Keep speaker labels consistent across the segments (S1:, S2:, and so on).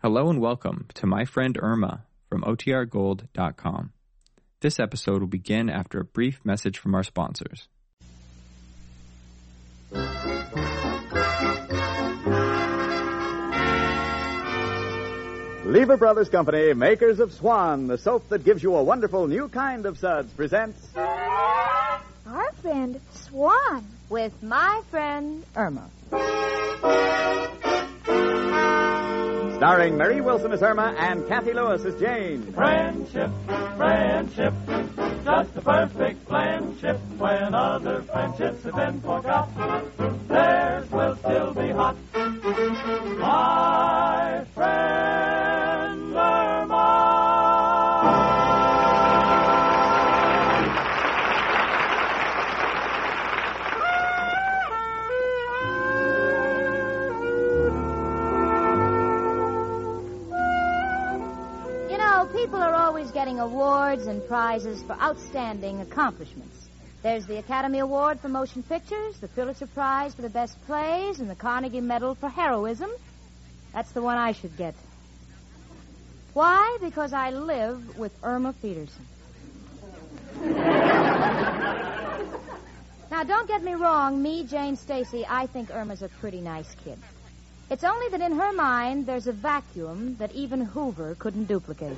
S1: Hello and welcome to my friend Irma from OTRGold.com. This episode will begin after a brief message from our sponsors.
S2: Lever Brothers Company, makers of Swan, the soap that gives you a wonderful new kind of suds, presents
S3: Our friend Swan with my friend Irma.
S2: starring Mary Wilson as Irma and Kathy Lewis as Jane.
S4: Friendship, friendship, just the perfect friendship. When other friendships have been forgot, theirs will still be hot. My friend Irma.
S3: You know, people are always getting awards and prizes for outstanding accomplishments. There's the Academy Award for Motion Pictures, the Pulitzer Prize for the Best Plays, and the Carnegie Medal for Heroism. That's the one I should get. Why? Because I live with Irma Peterson. now, don't get me wrong. Me, Jane Stacy, I think Irma's a pretty nice kid. It's only that in her mind, there's a vacuum that even Hoover couldn't duplicate.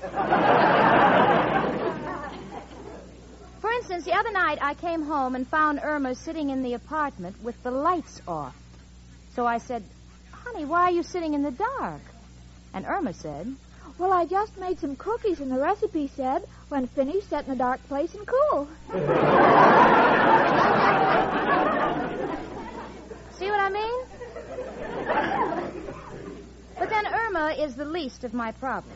S3: For instance, the other night I came home and found Irma sitting in the apartment with the lights off. So I said, Honey, why are you sitting in the dark? And Irma said,
S5: Well, I just made some cookies, and the recipe said, when finished, set in a dark place and cool.
S3: See what I mean? but then Irma is the least of my problems.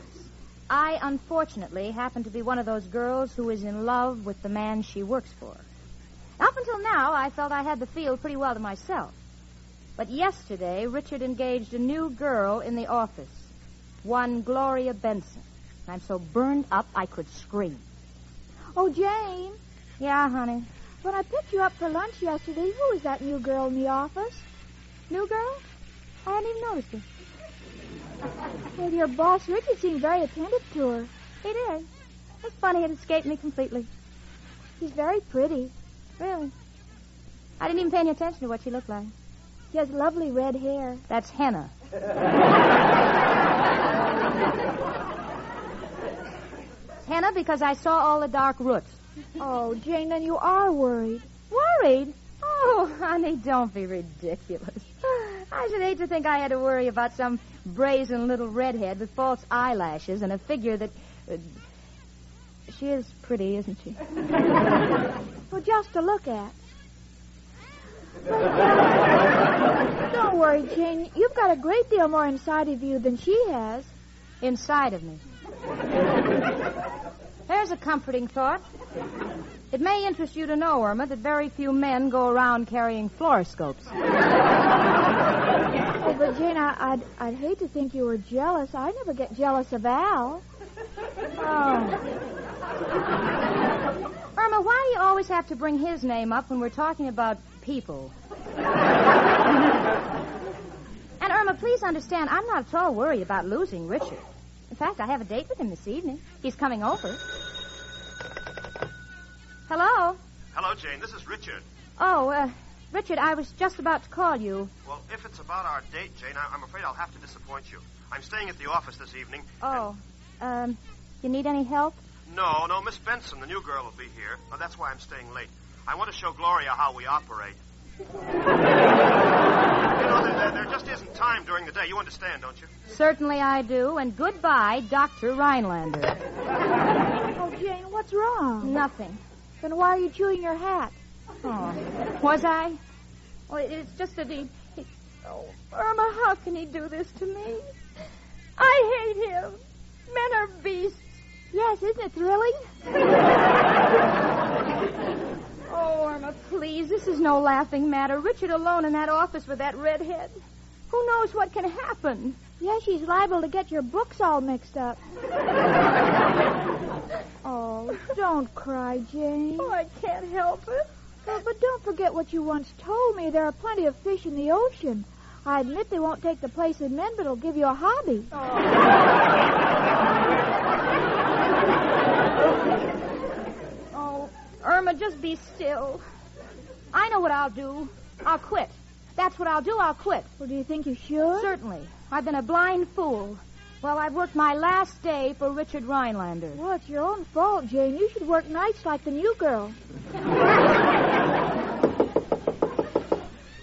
S3: I, unfortunately, happen to be one of those girls who is in love with the man she works for. Up until now, I felt I had the field pretty well to myself. But yesterday, Richard engaged a new girl in the office, one Gloria Benson. I'm so burned up I could scream.
S5: Oh, Jane,
S3: Yeah, honey.
S5: when I picked you up for lunch yesterday, who was that new girl in the office?
S3: New girl?
S5: I hadn't even noticed her. Well, your boss, Richard, seemed very attentive to her.
S3: He did. It's funny, it escaped me completely.
S5: She's very pretty.
S3: Really? I didn't even pay any attention to what she looked like.
S5: She has lovely red hair.
S3: That's henna. henna because I saw all the dark roots.
S5: Oh, Jane, then you are worried.
S3: Worried? Oh, honey, don't be ridiculous. I should hate to think I had to worry about some brazen little redhead with false eyelashes and a figure that. uh, she is pretty, isn't she?
S5: Well, just to look at. Don't worry, Jane. You've got a great deal more inside of you than she has.
S3: inside of me. There's a comforting thought. It may interest you to know, Irma, that very few men go around carrying fluoroscopes.
S5: Oh, but Jane, I, I'd, I'd hate to think you were jealous. I never get jealous of Al.
S3: Oh. Irma, why do you always have to bring his name up when we're talking about people? and Irma, please understand, I'm not at all worried about losing Richard. In fact, I have a date with him this evening. He's coming over. Hello?
S6: Hello, Jane. This is Richard.
S3: Oh, uh, Richard, I was just about to call you.
S6: Well, if it's about our date, Jane, I- I'm afraid I'll have to disappoint you. I'm staying at the office this evening.
S3: Oh, um, you need any help?
S6: and- No, no, Miss Benson, the new girl, will be here. Uh, that's why I'm staying late. I want to show Gloria how we operate. you know, there, there, there just isn't time during the day. You understand, don't you?
S3: Certainly I do, and goodbye, Dr. Rhinelander.
S5: Oh, Jane, what's wrong?
S3: Nothing.
S5: Then why are you chewing your hat?
S3: Oh, was I? Oh, it- it's just that he, he... Oh, Irma, how can he do this to me? I hate him. Men are beasts.
S5: Yes, isn't it thrilling?
S3: Oh, Irma, please, this is no laughing matter. Richard alone in that office with that redhead. Who knows what can happen?
S5: Yes, she's liable to get your books all mixed up. oh, don't cry, Jane.
S3: Oh, I can't help it.
S5: Well, but don't forget what you once told me. There are plenty
S3: Oh.
S5: of fish in the ocean. I admit they won't take the place of men, but it'll give you a hobby.
S3: just be still. I know what I'll do. I'll quit. That's what I'll do. I'll quit.
S5: Well, do you think you should?
S3: Certainly. I've been a blind fool. Well, I've worked my last day for Richard Rhinelander.
S5: Well, it's your own fault, Jane. You should work nights like the new girl.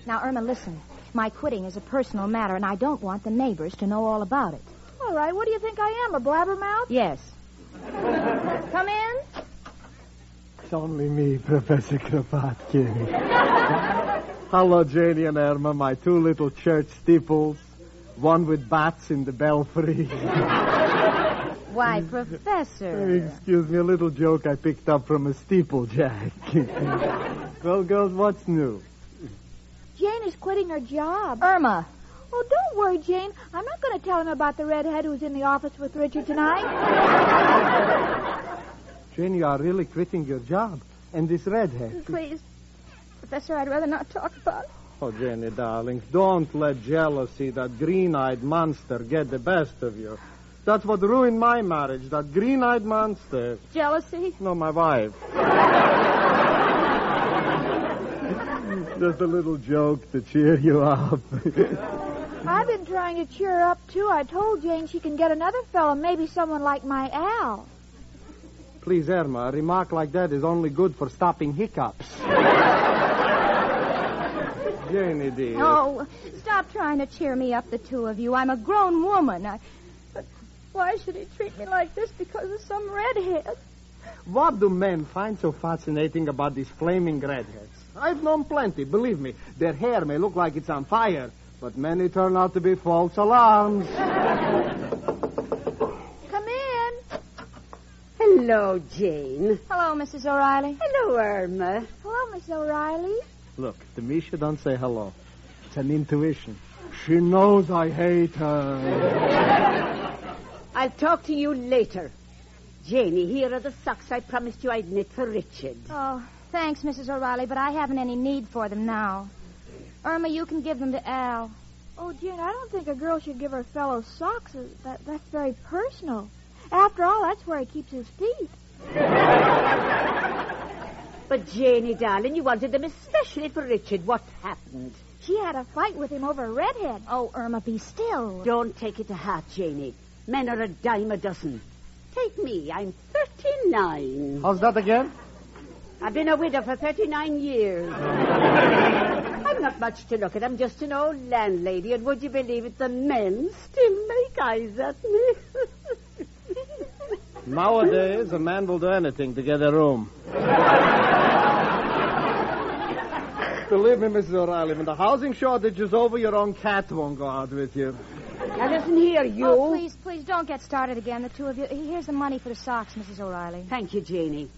S3: Now, Irma, listen. My quitting is a personal matter, and I don't want the neighbors to know all about it.
S5: All right, what do you think I am, a blabbermouth?
S3: Yes. Come in.
S7: It's only me, Professor Kropotkin. Hello, Janie and Irma, my two little church steeples. One with bats in the belfry.
S3: Why, Professor.
S7: Excuse me, a little joke I picked up from a steeplejack. well, girls, what's new?
S5: Jane is quitting her job.
S3: Irma.
S5: Oh, don't worry, Jane. I'm not going to tell him about the redhead who's in the office with Richard tonight.
S7: Jane, you are really quitting your job. And this redhead.
S3: Please. Professor, I'd rather not talk about it.
S7: Oh, Jenny, darling, don't let jealousy, that green-eyed monster, get the best of you. That's what ruined my marriage, that green-eyed monster.
S3: Jealousy?
S7: No, my wife. Just a little joke to cheer you up.
S5: I've been trying to cheer her up, too. I told Jane she can get another fellow, maybe someone like my Al.
S7: Please, Irma, a remark like that is only good for stopping hiccups. Jenny, dear.
S3: Oh, stop trying to cheer me up, the two of you. I'm a grown woman. Uh, I... But why should he treat me like this because of some redhead?
S7: What do men find so fascinating about these flaming redheads? I've known plenty, believe me. Their hair may look like it's on fire, but many turn out to be false alarms.
S5: Come in.
S8: Hello, Jane.
S3: Hello, Mrs. O'Reilly.
S8: Hello, Irma.
S5: Hello, Miss O'Reilly.
S7: Look, to me, she don't say hello. It's an intuition. She knows I hate her.
S8: I'll talk to you later. Janie, here are the socks I promised you I'd knit for Richard.
S3: Oh, thanks, Mrs. O'Reilly, but I haven't any need for them now. Irma, you can give them to Al.
S5: Oh, Jane, I don't think a girl should give her fellow socks. Uh, That, that's very personal. After all, that's where he keeps his feet.
S8: But, Janie, darling, you wanted them especially for Richard. What happened?
S5: She had a fight with him over a redhead.
S3: Oh, Irma, be still.
S8: Don't take it to heart, Janie. Men are a dime a dozen. Take me. I'm 39.
S7: How's that again?
S8: I've been a widow for 39 years. I'm not much to look at. I'm just an old landlady, and would you believe it, the men still make eyes at me.
S7: Nowadays, a man will do anything to get a room. Believe me, Mrs. O'Reilly, when the housing shortage is over, your own cat won't go out with you.
S8: now listen here, you.
S3: Oh, please, please don't get started again, the two of you. Here's the money for the socks, Mrs. O'Reilly.
S8: Thank you, Janie.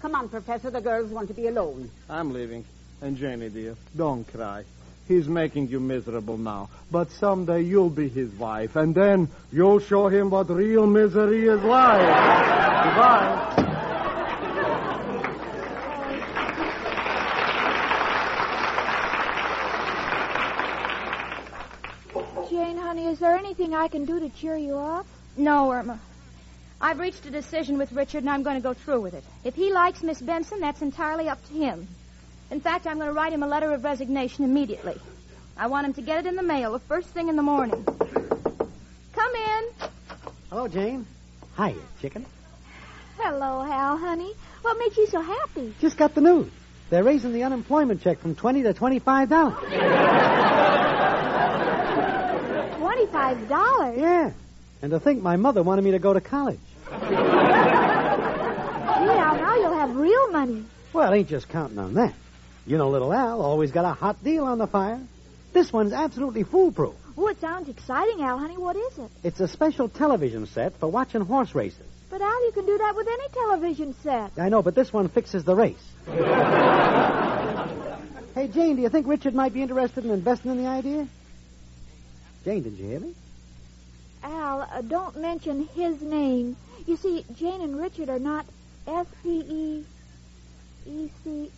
S8: Come on, Professor. The girls want to be alone.
S7: I'm leaving. And Janie, dear, don't cry. He's making you miserable now. But someday you'll be his wife, and then you'll show him what real misery is like. Goodbye.
S5: Jane, honey, is there anything I can do to cheer you up?
S3: No, Irma. I've reached a decision with Richard, and I'm going to go through with it. If he likes Miss Benson, that's entirely up to him. In fact, I'm going to write him a letter of resignation immediately. I want him to get it in the mail the first thing in the morning. Come in.
S9: Hello, Jane. Hiya, chicken.
S5: Hello, Hal, honey. What makes you so happy?
S9: Just got the news. They're raising the unemployment check from twenty to twenty-five dollars.
S5: Twenty-five dollars.
S9: Yeah. And to think my mother wanted me to go to college.
S5: Yeah, now you'll have real money.
S9: Well, ain't just counting on that. You know, little Al always got a hot deal on the fire. This one's absolutely foolproof.
S5: Oh, it sounds exciting, Al, honey. What is it?
S9: It's a special television set for watching horse races.
S5: But Al, you can do that with any television set.
S9: I know, but this one fixes the race. hey, Jane, do you think Richard might be interested in investing in the idea? Jane, did you hear me?
S5: Al, uh, don't mention his name. You see, Jane and Richard are not S P E E C.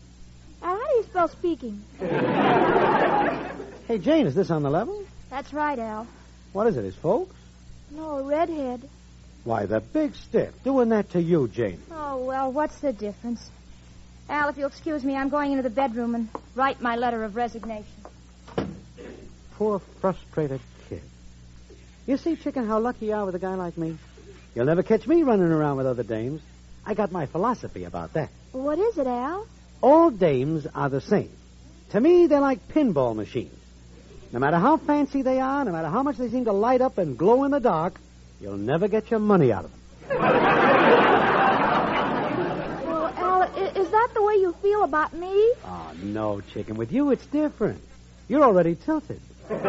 S5: Al, how do you spell speaking?
S9: Hey, Jane, is this on the level?
S3: That's right, Al.
S9: What is it, his folks?
S5: No, a redhead.
S9: Why, the big stiff doing that to you, Janie.
S3: Oh, well, what's the difference? Al, if you'll excuse me, I'm going into the bedroom and write my letter of resignation.
S9: Poor frustrated kid. You see, Chicken, how lucky you are with a guy like me. You'll never catch me running around with other dames. I got my philosophy about that.
S5: What is it, Al?
S9: All dames are the same. To me, they're like pinball machines. No matter how fancy they are, no matter how much they seem to light up and glow in the dark, you'll never get your money out of them.
S5: Well, Al, i- is that the way you feel about me?
S9: Oh, no, Chicken. With you, it's different. You're already tilted.
S3: Well,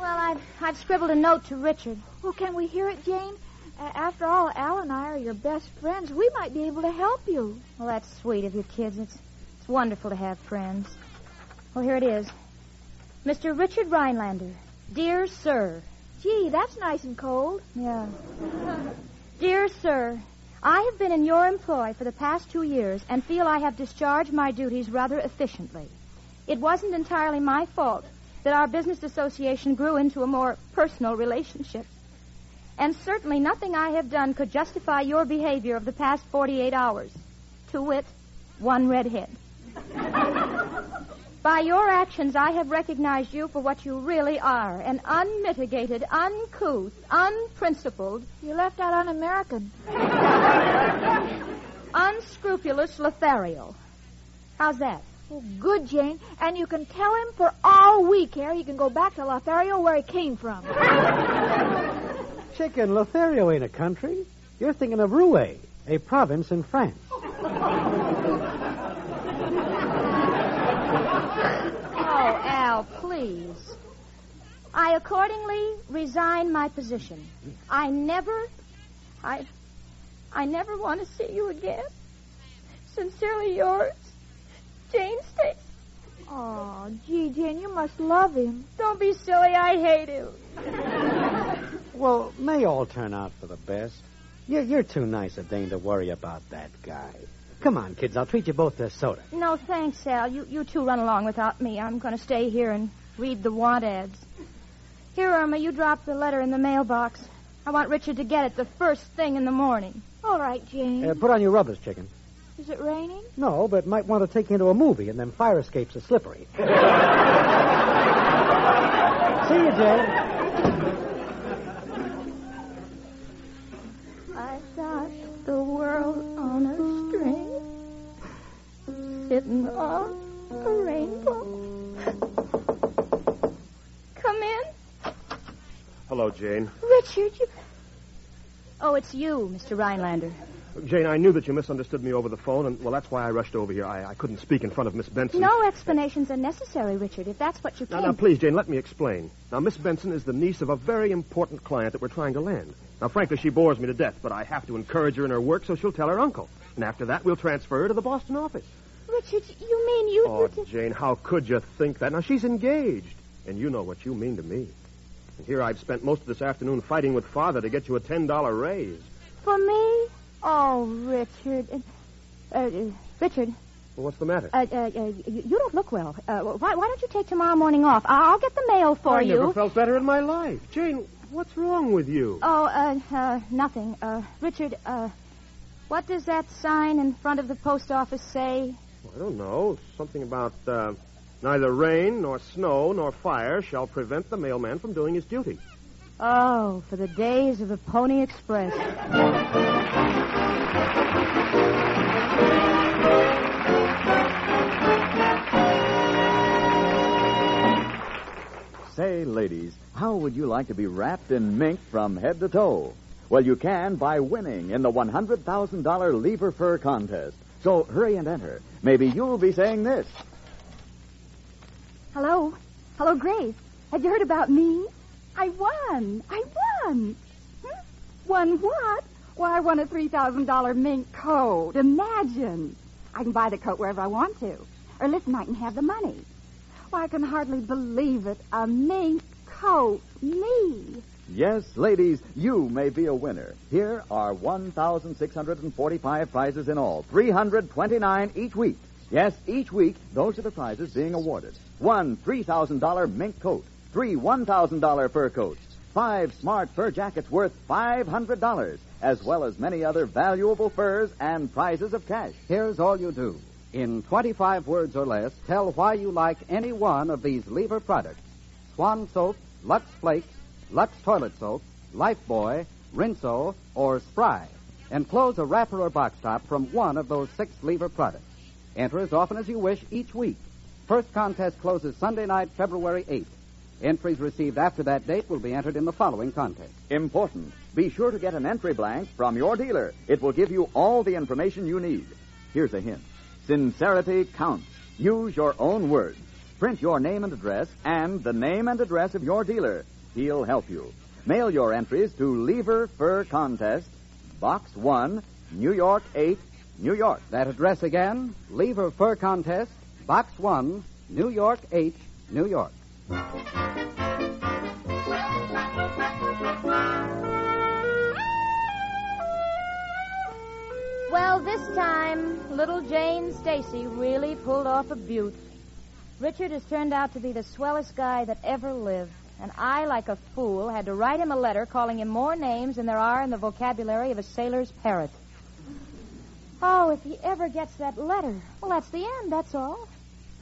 S3: I've, I've scribbled a note to Richard.
S5: Well, can we hear it, Jane? A- after all, Al and I are your best friends. We might be able to help you.
S3: Well, that's sweet of you kids. It's, it's wonderful to have friends. Well, here it is. Mr. Richard Rhinelander. Dear Sir.
S5: Gee, that's nice and cold.
S3: Yeah. Dear Sir, I have been in your employ for the past two years and feel I have discharged my duties rather efficiently. It wasn't entirely my fault that our business association grew into a more personal relationship. And certainly nothing I have done could justify your behavior of the past 48 hours. To wit, one redhead. By your actions, I have recognized you for what you really are an unmitigated, uncouth, unprincipled,
S5: You left out on American.
S3: unscrupulous Lothario. How's that?
S5: Well, good, Jane. And you can tell him for all we care he can go back to Lothario where he came from.
S9: Chicken, Lothario ain't a country. You're thinking of Rouen, a province in France.
S3: Oh, Al, please. I accordingly resign my position. I never. I. I never want to see you again. Sincerely yours, Jane Stacy.
S5: Oh, gee, Jane, you must love him.
S3: Don't be silly. I hate him.
S9: Well, may all turn out for the best. You're, you're too nice a dame to worry about that guy. Come on, kids, I'll treat you both to soda.
S3: No, thanks, Al. You, you two run along without me. I'm going to stay here and read the want ads. Here, Irma, you drop the letter in the mailbox. I want Richard to get it the first thing in the morning.
S5: All right, Jane.
S9: Uh, put on your rubbers, chicken.
S5: Is it raining?
S9: No, but might want to take you into a movie, and then fire escapes are slippery. See you, Jane.
S3: I got the world on a string, sitting on a rainbow. Come in,
S6: Hello, Jane.
S3: Richard. You... Oh, it's you, Mr. Rhinelander.
S6: Jane, I knew that you misunderstood me over the phone, and, well, that's why I rushed over here. I, I couldn't speak in front of Miss Benson.
S3: No explanations are necessary, Richard, if that's what you
S6: Now,
S3: came
S6: now, please, Jane, let me explain. Now, Miss Benson is the niece of a very important client that we're trying to land. Now, frankly, she bores me to death, but I have to encourage her in her work, so she'll tell her uncle. And after that, we'll transfer her to the Boston office.
S3: Richard, you mean you...
S6: Oh,
S3: you
S6: Jane, how could you think that? Now, she's engaged, and you know what you mean to me. And here I've spent most of this afternoon fighting with Father to get you a $10 raise.
S3: For me? Oh, Richard. Uh, uh, Richard,
S6: Well, what's the matter?
S3: uh, uh, uh, you, you don't look well. Uh, why, why don't you take tomorrow morning off? I- I'll get the mail for
S6: I
S3: you.
S6: never felt better in my life. Jane, what's wrong with you?
S3: Oh, uh, uh, nothing. Uh, Richard, uh, what does that sign in front of the post office say?
S6: I don't know. Something about uh, neither rain nor snow nor fire shall prevent the mailman from doing his duty.
S3: Oh, for the days of the Pony Express.
S2: Say, ladies, how would you like to be wrapped in mink from head to toe? Well, you can by winning in the $100,000 lever fur contest. So hurry and enter. Maybe you'll be saying this.
S5: Hello? Hello, Grace. Have you heard about me? I won. I won.
S10: Hmm? Won what? Why, I won a $3,000 mink coat. Imagine. I can buy the coat wherever I want to. Or listen, I can have the money. Why, I can hardly believe it. A mink coat. Me.
S2: Yes, ladies, you may be a winner. Here are 1,645 prizes in all, 329 each week. Yes, each week, those are the prizes being awarded. One $3,000 mink coat, three $1,000 fur coats, five smart fur jackets worth $500, as well as many other valuable furs and prizes of cash.
S11: Here's all you do. In 25 words or less, tell why you like any one of these lever products Swan soap, Lux Flakes, Lux toilet soap, Lifebuoy, Rinso, or Spry. Enclose a wrapper or box top from one of those six lever products. Enter as often as you wish each week. First contest closes Sunday night, February 8th. Entries received after that date will be entered in the following contest.
S2: Important. Be sure to get an entry blank from your dealer. It will give you all the information you need. Here's a hint Sincerity counts. Use your own words. Print your name and address and the name and address of your dealer. He'll help you. Mail your entries to Lever Fur Contest, Box 1, New York 8, New York.
S11: That address again Lever Fur Contest, Box 1, New York 8, New York.
S3: Well, this time, little Jane Stacy really pulled off a beaut. Richard has turned out to be the swellest guy that ever lived, and I, like a fool, had to write him a letter calling him more names than there are in the vocabulary of a sailor's parrot. Oh, if he ever gets that letter. Well, that's the end, that's all.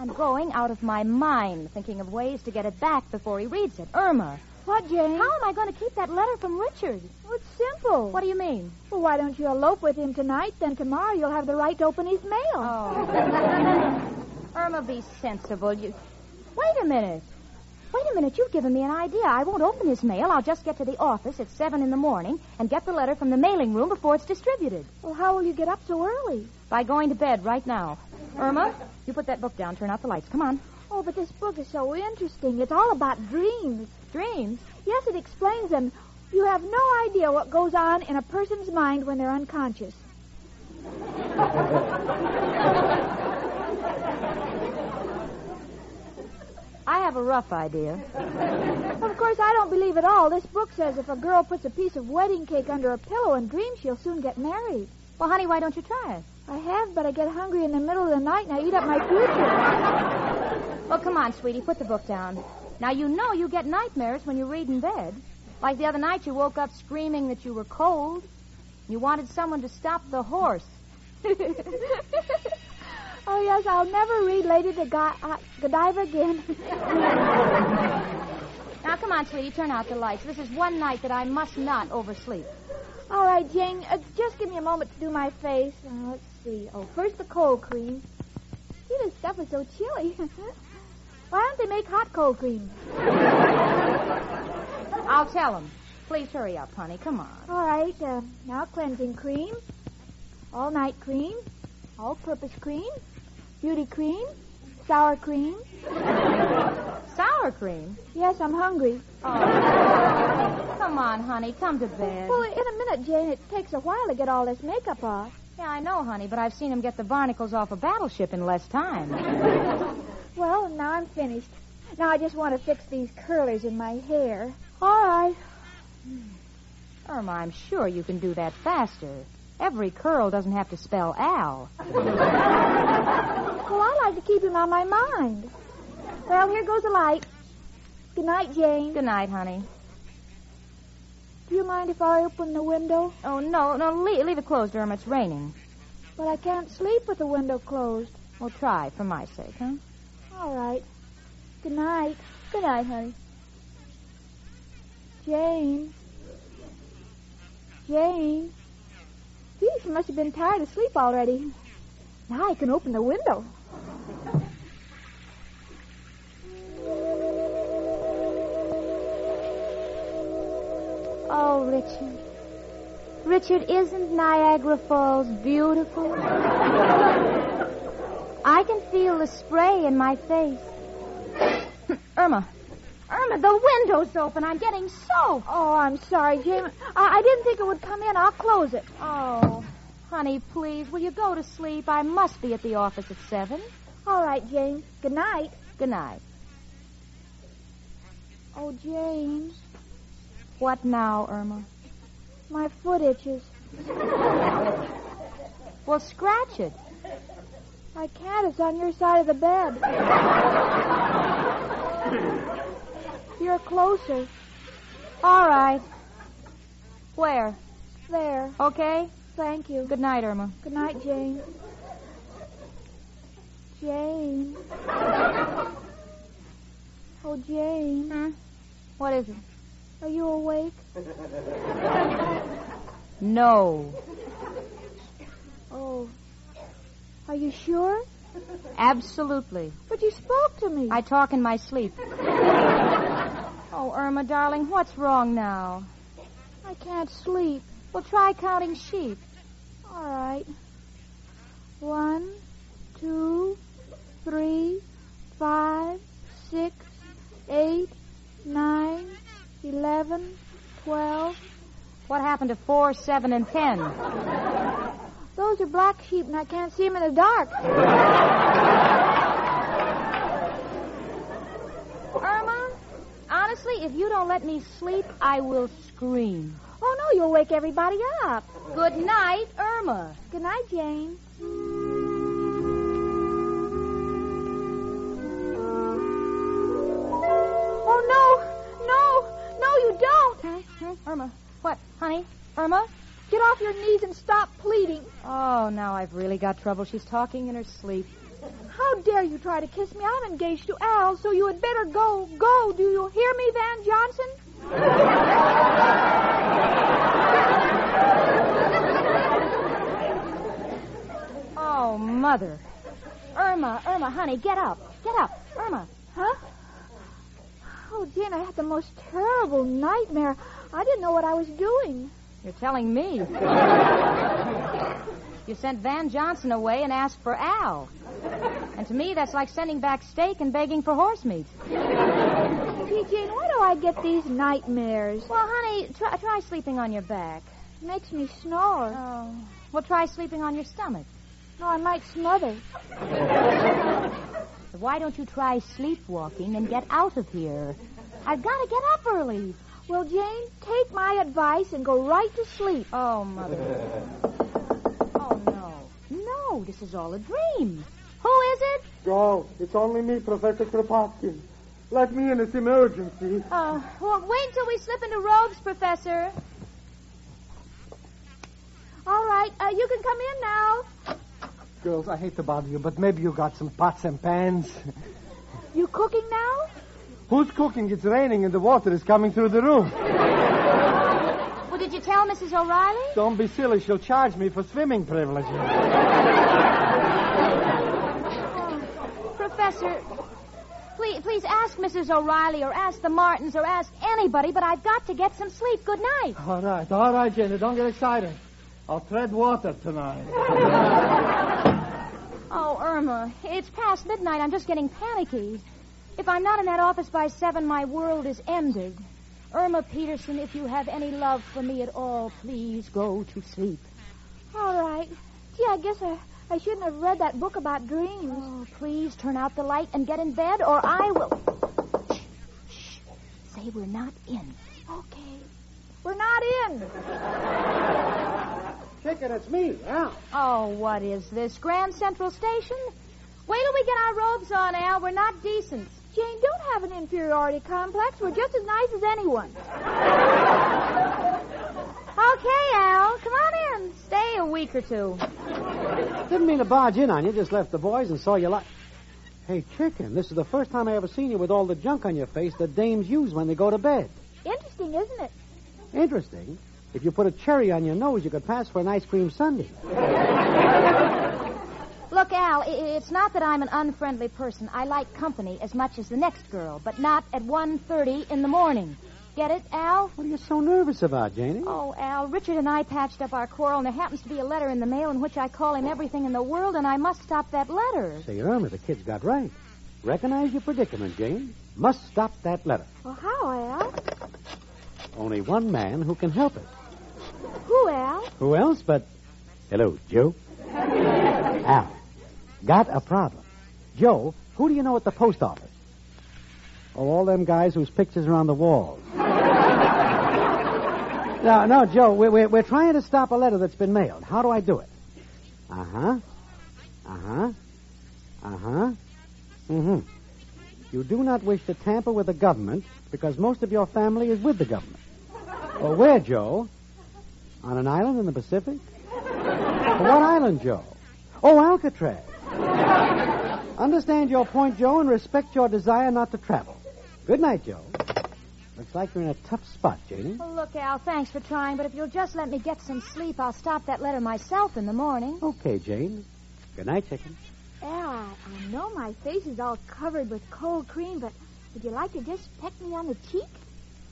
S3: I'm going out of my mind thinking of ways to get it back before he reads it. Irma.
S5: What, Jane?
S3: How am I going to keep that letter from Richard?
S5: Well, it's simple.
S3: What do you mean?
S5: Well, why don't you elope with him tonight? Then tomorrow you'll have the right to open his mail.
S3: Oh. Irma, be sensible. You wait a minute. Wait a minute. You've given me an idea. I won't open his mail. I'll just get to the office at seven in the morning and get the letter from the mailing room before it's distributed.
S5: Well, how will you get up so early?
S3: By going to bed right now. Irma, you put that book down. Turn out the lights. Come on.
S5: Oh, but this book is so interesting. It's all about dreams.
S3: Dreams?
S5: Yes, it explains them. You have no idea what goes on in a person's mind when they're unconscious.
S3: I have a rough idea.
S5: of course, I don't believe it all. This book says if a girl puts a piece of wedding cake under a pillow and dreams, she'll soon get married.
S3: Well, honey, why don't you try it?
S5: I have, but I get hungry in the middle of the night and I eat up my future.
S3: well, come on, sweetie, put the book down. Now, you know you get nightmares when you read in bed. Like the other night, you woke up screaming that you were cold. You wanted someone to stop the horse.
S5: Oh, yes, I'll never read Lady Ga- uh, Godiva again.
S3: now, come on, sweetie, turn out the lights. This is one night that I must not oversleep.
S5: All right, Jane, uh, just give me a moment to do my face. Uh, let's see. Oh, first the cold cream. See, this stuff is so chilly. Why don't they make hot cold cream?
S3: I'll tell them. Please hurry up, honey. Come on.
S5: All right. Uh, now cleansing cream, all night cream, all purpose cream, Beauty cream? Sour cream?
S3: Sour cream?
S5: Yes, I'm hungry.
S3: Oh. come on, honey. Come to bed.
S5: Well, in a minute, Jane. It takes a while to get all this makeup off.
S3: Yeah, I know, honey, but I've seen him get the barnacles off a battleship in less time.
S5: well, now I'm finished. Now I just want to fix these curlers in my hair. All right.
S3: Irma, I'm sure you can do that faster. Every curl doesn't have to spell Al.
S5: well, I like to keep him on my mind. Well, here goes the light. Good night, Jane.
S3: Good night, honey.
S5: Do you mind if I open the window?
S3: Oh, no, no, leave, leave it closed, Irma. It's raining.
S5: But I can't sleep with the window closed.
S3: Well, try, for my sake, huh?
S5: All right. Good night.
S3: Good night, honey.
S5: Jane. Jane. Gee, she must have been tired of sleep already. Now I can open the window.
S3: Oh, Richard. Richard, isn't Niagara Falls beautiful? I can feel the spray in my face. Irma, Irma, the window's open. I'm getting soaked.
S5: Oh, I'm sorry, Jim. I-, I, didn't think it would come in. I'll close it.
S3: Oh, honey, please, will you go to sleep? I must be at the office at seven.
S5: All right, Jane. Good night.
S3: Good night.
S5: Oh, Jane.
S3: What now, Irma?
S5: My foot itches.
S3: well, scratch it.
S5: I can't. It's on your side of the bed. You're closer.
S3: All right. Where?
S5: There.
S3: Okay?
S5: Thank you.
S3: Good night, Irma.
S5: Good night, Jane. Jane. Oh, Jane.
S3: Hmm? What is it?
S5: Are you awake?
S3: No.
S5: Oh. Are you sure?
S3: Absolutely.
S5: But you spoke to me.
S3: I talk in my sleep. oh, Irma, darling, what's wrong now?
S5: I can't sleep.
S3: Well, try counting sheep.
S5: All right. One, two, three, five, six, eight, nine, eleven, twelve.
S3: What happened to four, seven, and ten?
S5: Those are black sheep, and I can't see them in the dark.
S3: Irma, honestly, if you don't let me sleep, I will scream.
S5: Oh, no, you'll wake everybody up.
S3: Good night, Irma.
S5: Good night, Jane.
S3: Oh, no, no, no, you don't. Irma, what, honey? Irma?
S5: Get off your knees and stop pleading.
S3: Oh, now I've really got trouble. She's talking in her sleep.
S5: How dare you try to kiss me? I'm engaged to Al, so you had better go. Go. Do you hear me, Van Johnson?
S3: Oh, Mother. Irma, Irma, honey, get up. Get up. Irma.
S5: Huh? Oh, Jane, I had the most terrible nightmare. I didn't know what I was doing.
S3: You're telling me. you sent Van Johnson away and asked for Al. And to me, that's like sending back steak and begging for horse meat.
S5: Gee, Jane, why do I get these nightmares?
S3: Well, honey, try, try sleeping on your back.
S5: It makes me snore.
S3: Oh. Well, try sleeping on your stomach.
S5: No, I might smother.
S3: Why don't you try sleepwalking and get out of here? I've got to get up early.
S5: Well, Jane, take my advice and go right to sleep.
S3: Oh, Mother. Oh, no. No, this is all a dream. Who is it?
S7: Go. It's only me, Professor Kropotkin. Let me in. It's emergency.
S3: Uh, well, wait till we slip into robes, Professor.
S5: All right, uh, you can come in now.
S9: Girls, I hate to bother you, but maybe you got some pots and pans.
S5: You cooking now?
S7: Who's cooking? It's raining and the water is coming through the roof.
S3: Well, did you tell Mrs. O'Reilly?
S7: Don't be silly. She'll charge me for swimming privileges.
S3: Oh, Professor, please, please ask Mrs. O'Reilly or ask the Martins or ask anybody, but I've got to get some sleep. Good night.
S7: All right, all right, Jenny. Don't get excited. I'll tread water tonight.
S3: Oh, Irma, it's past midnight. I'm just getting panicky. If I'm not in that office by seven, my world is ended. Irma Peterson, if you have any love for me at all, please go to sleep.
S5: All right. Gee, I guess I, I shouldn't have read that book about dreams.
S3: Oh, please turn out the light and get in bed, or I will. Shh, shh. Say we're not in.
S5: Okay. We're not in.
S9: Chicken, it's me, Al.
S3: Oh, what is this? Grand Central Station? Wait till we get our robes on, Al. We're not decent.
S5: Jane, don't have an inferiority complex. We're just as nice as anyone.
S3: Okay, Al. Come on in. Stay a week or two.
S9: Didn't mean to barge in on you. Just left the boys and saw you like. Hey, Chicken, this is the first time I ever seen you with all the junk on your face that dames use when they go to bed.
S5: Interesting, isn't it?
S9: Interesting. If you put a cherry on your nose, you could pass for an ice cream sundae.
S3: Look, Al, i- i- it's not that I'm an unfriendly person. I like company as much as the next girl, but not at 1.30 in the morning. Get it, Al?
S9: What are you so nervous about, Janie?
S3: Oh, Al, Richard and I patched up our quarrel, and there happens to be a letter in the mail in which I call him everything in the world, and I must stop that letter.
S9: Say, Irma, the kid's got right. Recognize your predicament, Jane. Must stop that letter.
S5: Well, how, Al?
S9: Only one man who can help it.
S5: Who, Al?
S9: Who else but. Hello, Joe? Al, got a problem. Joe, who do you know at the post office? Oh, all them guys whose pictures are on the walls. no, no, Joe, we're, we're, we're trying to stop a letter that's been mailed. How do I do it? Uh huh. Uh huh. Uh huh. Mm hmm. You do not wish to tamper with the government because most of your family is with the government. Well, where, Joe? On an island in the Pacific? what island, Joe? Oh, Alcatraz. Understand your point, Joe, and respect your desire not to travel. Good night, Joe. Looks like you're in a tough spot, Janie.
S3: Oh, look, Al, thanks for trying, but if you'll just let me get some sleep, I'll stop that letter myself in the morning.
S9: Okay, Jane. Good night, chicken.
S5: Al, I, I know my face is all covered with cold cream, but would you like to just peck me on the cheek?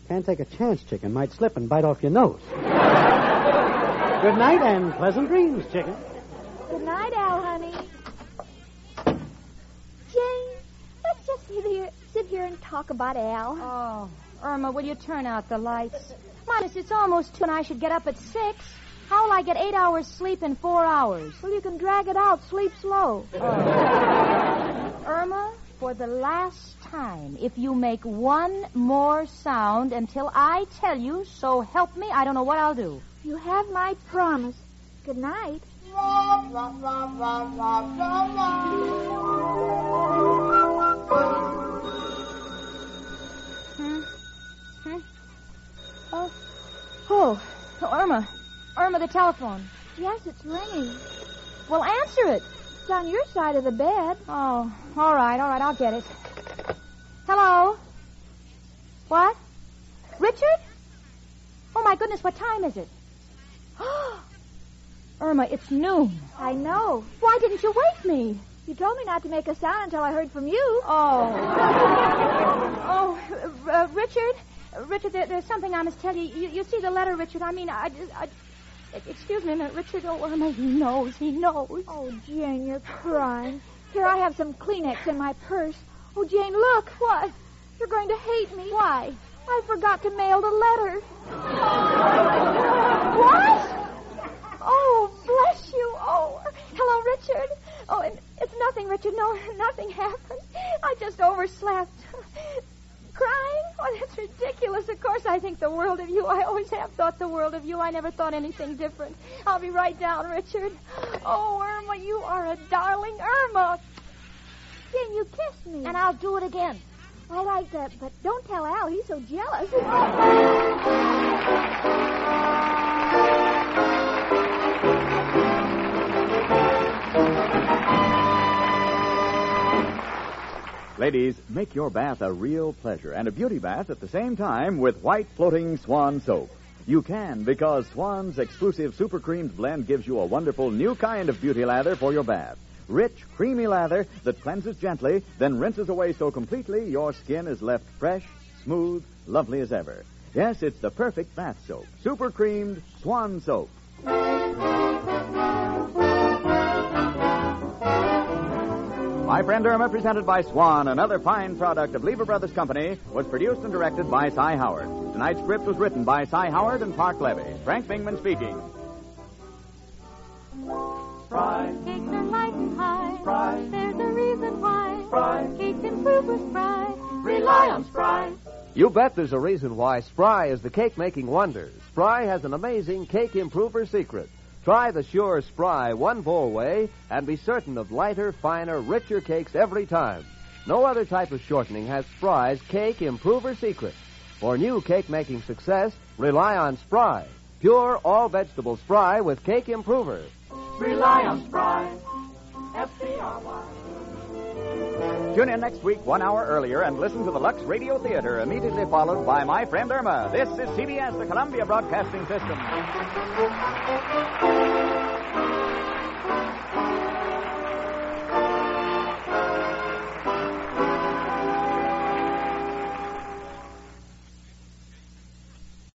S9: Can't take a chance, chicken. Might slip and bite off your nose. Good night and pleasant dreams, chicken.
S5: Good night, Al, honey. Jane, let's just sit here, sit here and talk about Al.
S3: Oh, Irma, will you turn out the lights? Minus, it's almost two, and I should get up at six. How'll I get eight hours sleep in four hours?
S5: Well, you can drag it out. Sleep slow.
S3: Irma, for the last time, if you make one more sound until I tell you, so help me, I don't know what I'll do.
S5: You have my promise. Good night.
S3: Hmm? Hmm? Oh. Oh, Irma. Irma, the telephone.
S5: Yes, it's ringing.
S3: Well, answer it.
S5: It's on your side of the bed.
S3: Oh, all right, all right, I'll get it. Hello? What? Richard? Oh, my goodness, what time is it? Irma, it's noon.
S5: I know.
S3: Why didn't you wake me?
S5: You told me not to make a sound until I heard from you.
S3: Oh. oh, uh, Richard? Richard, there, there's something I must tell you. you. You see the letter, Richard. I mean, I, just- I, Excuse me a minute, Richard. Oh, Irma, he knows. He knows.
S5: Oh, Jane, you're crying. Here, I have some Kleenex in my purse. Oh, Jane, look. What? You're going to hate me. Why? I forgot to mail the letter. what? Oh, bless you. Oh, hello, Richard. Oh, and it's nothing, Richard. No, nothing happened. I just overslept.
S3: Crying? Oh, that's ridiculous. Of course I think the world of you. I always have thought the world of you. I never thought anything different. I'll be right down, Richard. Oh, Irma, you are a darling Irma.
S5: Jane, you kissed me.
S3: And I'll do it again.
S5: I like that, but don't tell Al. He's so jealous.
S2: Ladies, make your bath a real pleasure and a beauty bath at the same time with white floating swan soap. You can because Swan's exclusive super creamed blend gives you a wonderful new kind of beauty lather for your bath. Rich, creamy lather that cleanses gently, then rinses away so completely your skin is left fresh, smooth, lovely as ever. Yes, it's the perfect bath soap. Super creamed swan soap. My Friend Irma, presented by Swan, another fine product of Lever Brothers Company, was produced and directed by Cy Howard. Tonight's script was written by Cy Howard and Park Levy. Frank Bingman speaking.
S4: Fry,
S5: Cakes are light and high.
S4: Fry.
S5: There's a reason why.
S4: Fry.
S5: Cakes improve with fry.
S4: rely on Fry.
S6: You bet there's a reason why Spry is the cake making wonder. Spry has an amazing cake improver secret. Try the sure Spry one bowl way and be certain of lighter, finer, richer cakes every time. No other type of shortening has Spry's cake improver secret. For new cake making success, rely on Spry. Pure all vegetable Spry with cake improver.
S4: Rely on Fry. F-C-R-Y.
S2: Tune in next week, one hour earlier, and listen to the Lux Radio Theater, immediately followed by My Friend Irma. This is CBS, the Columbia Broadcasting System.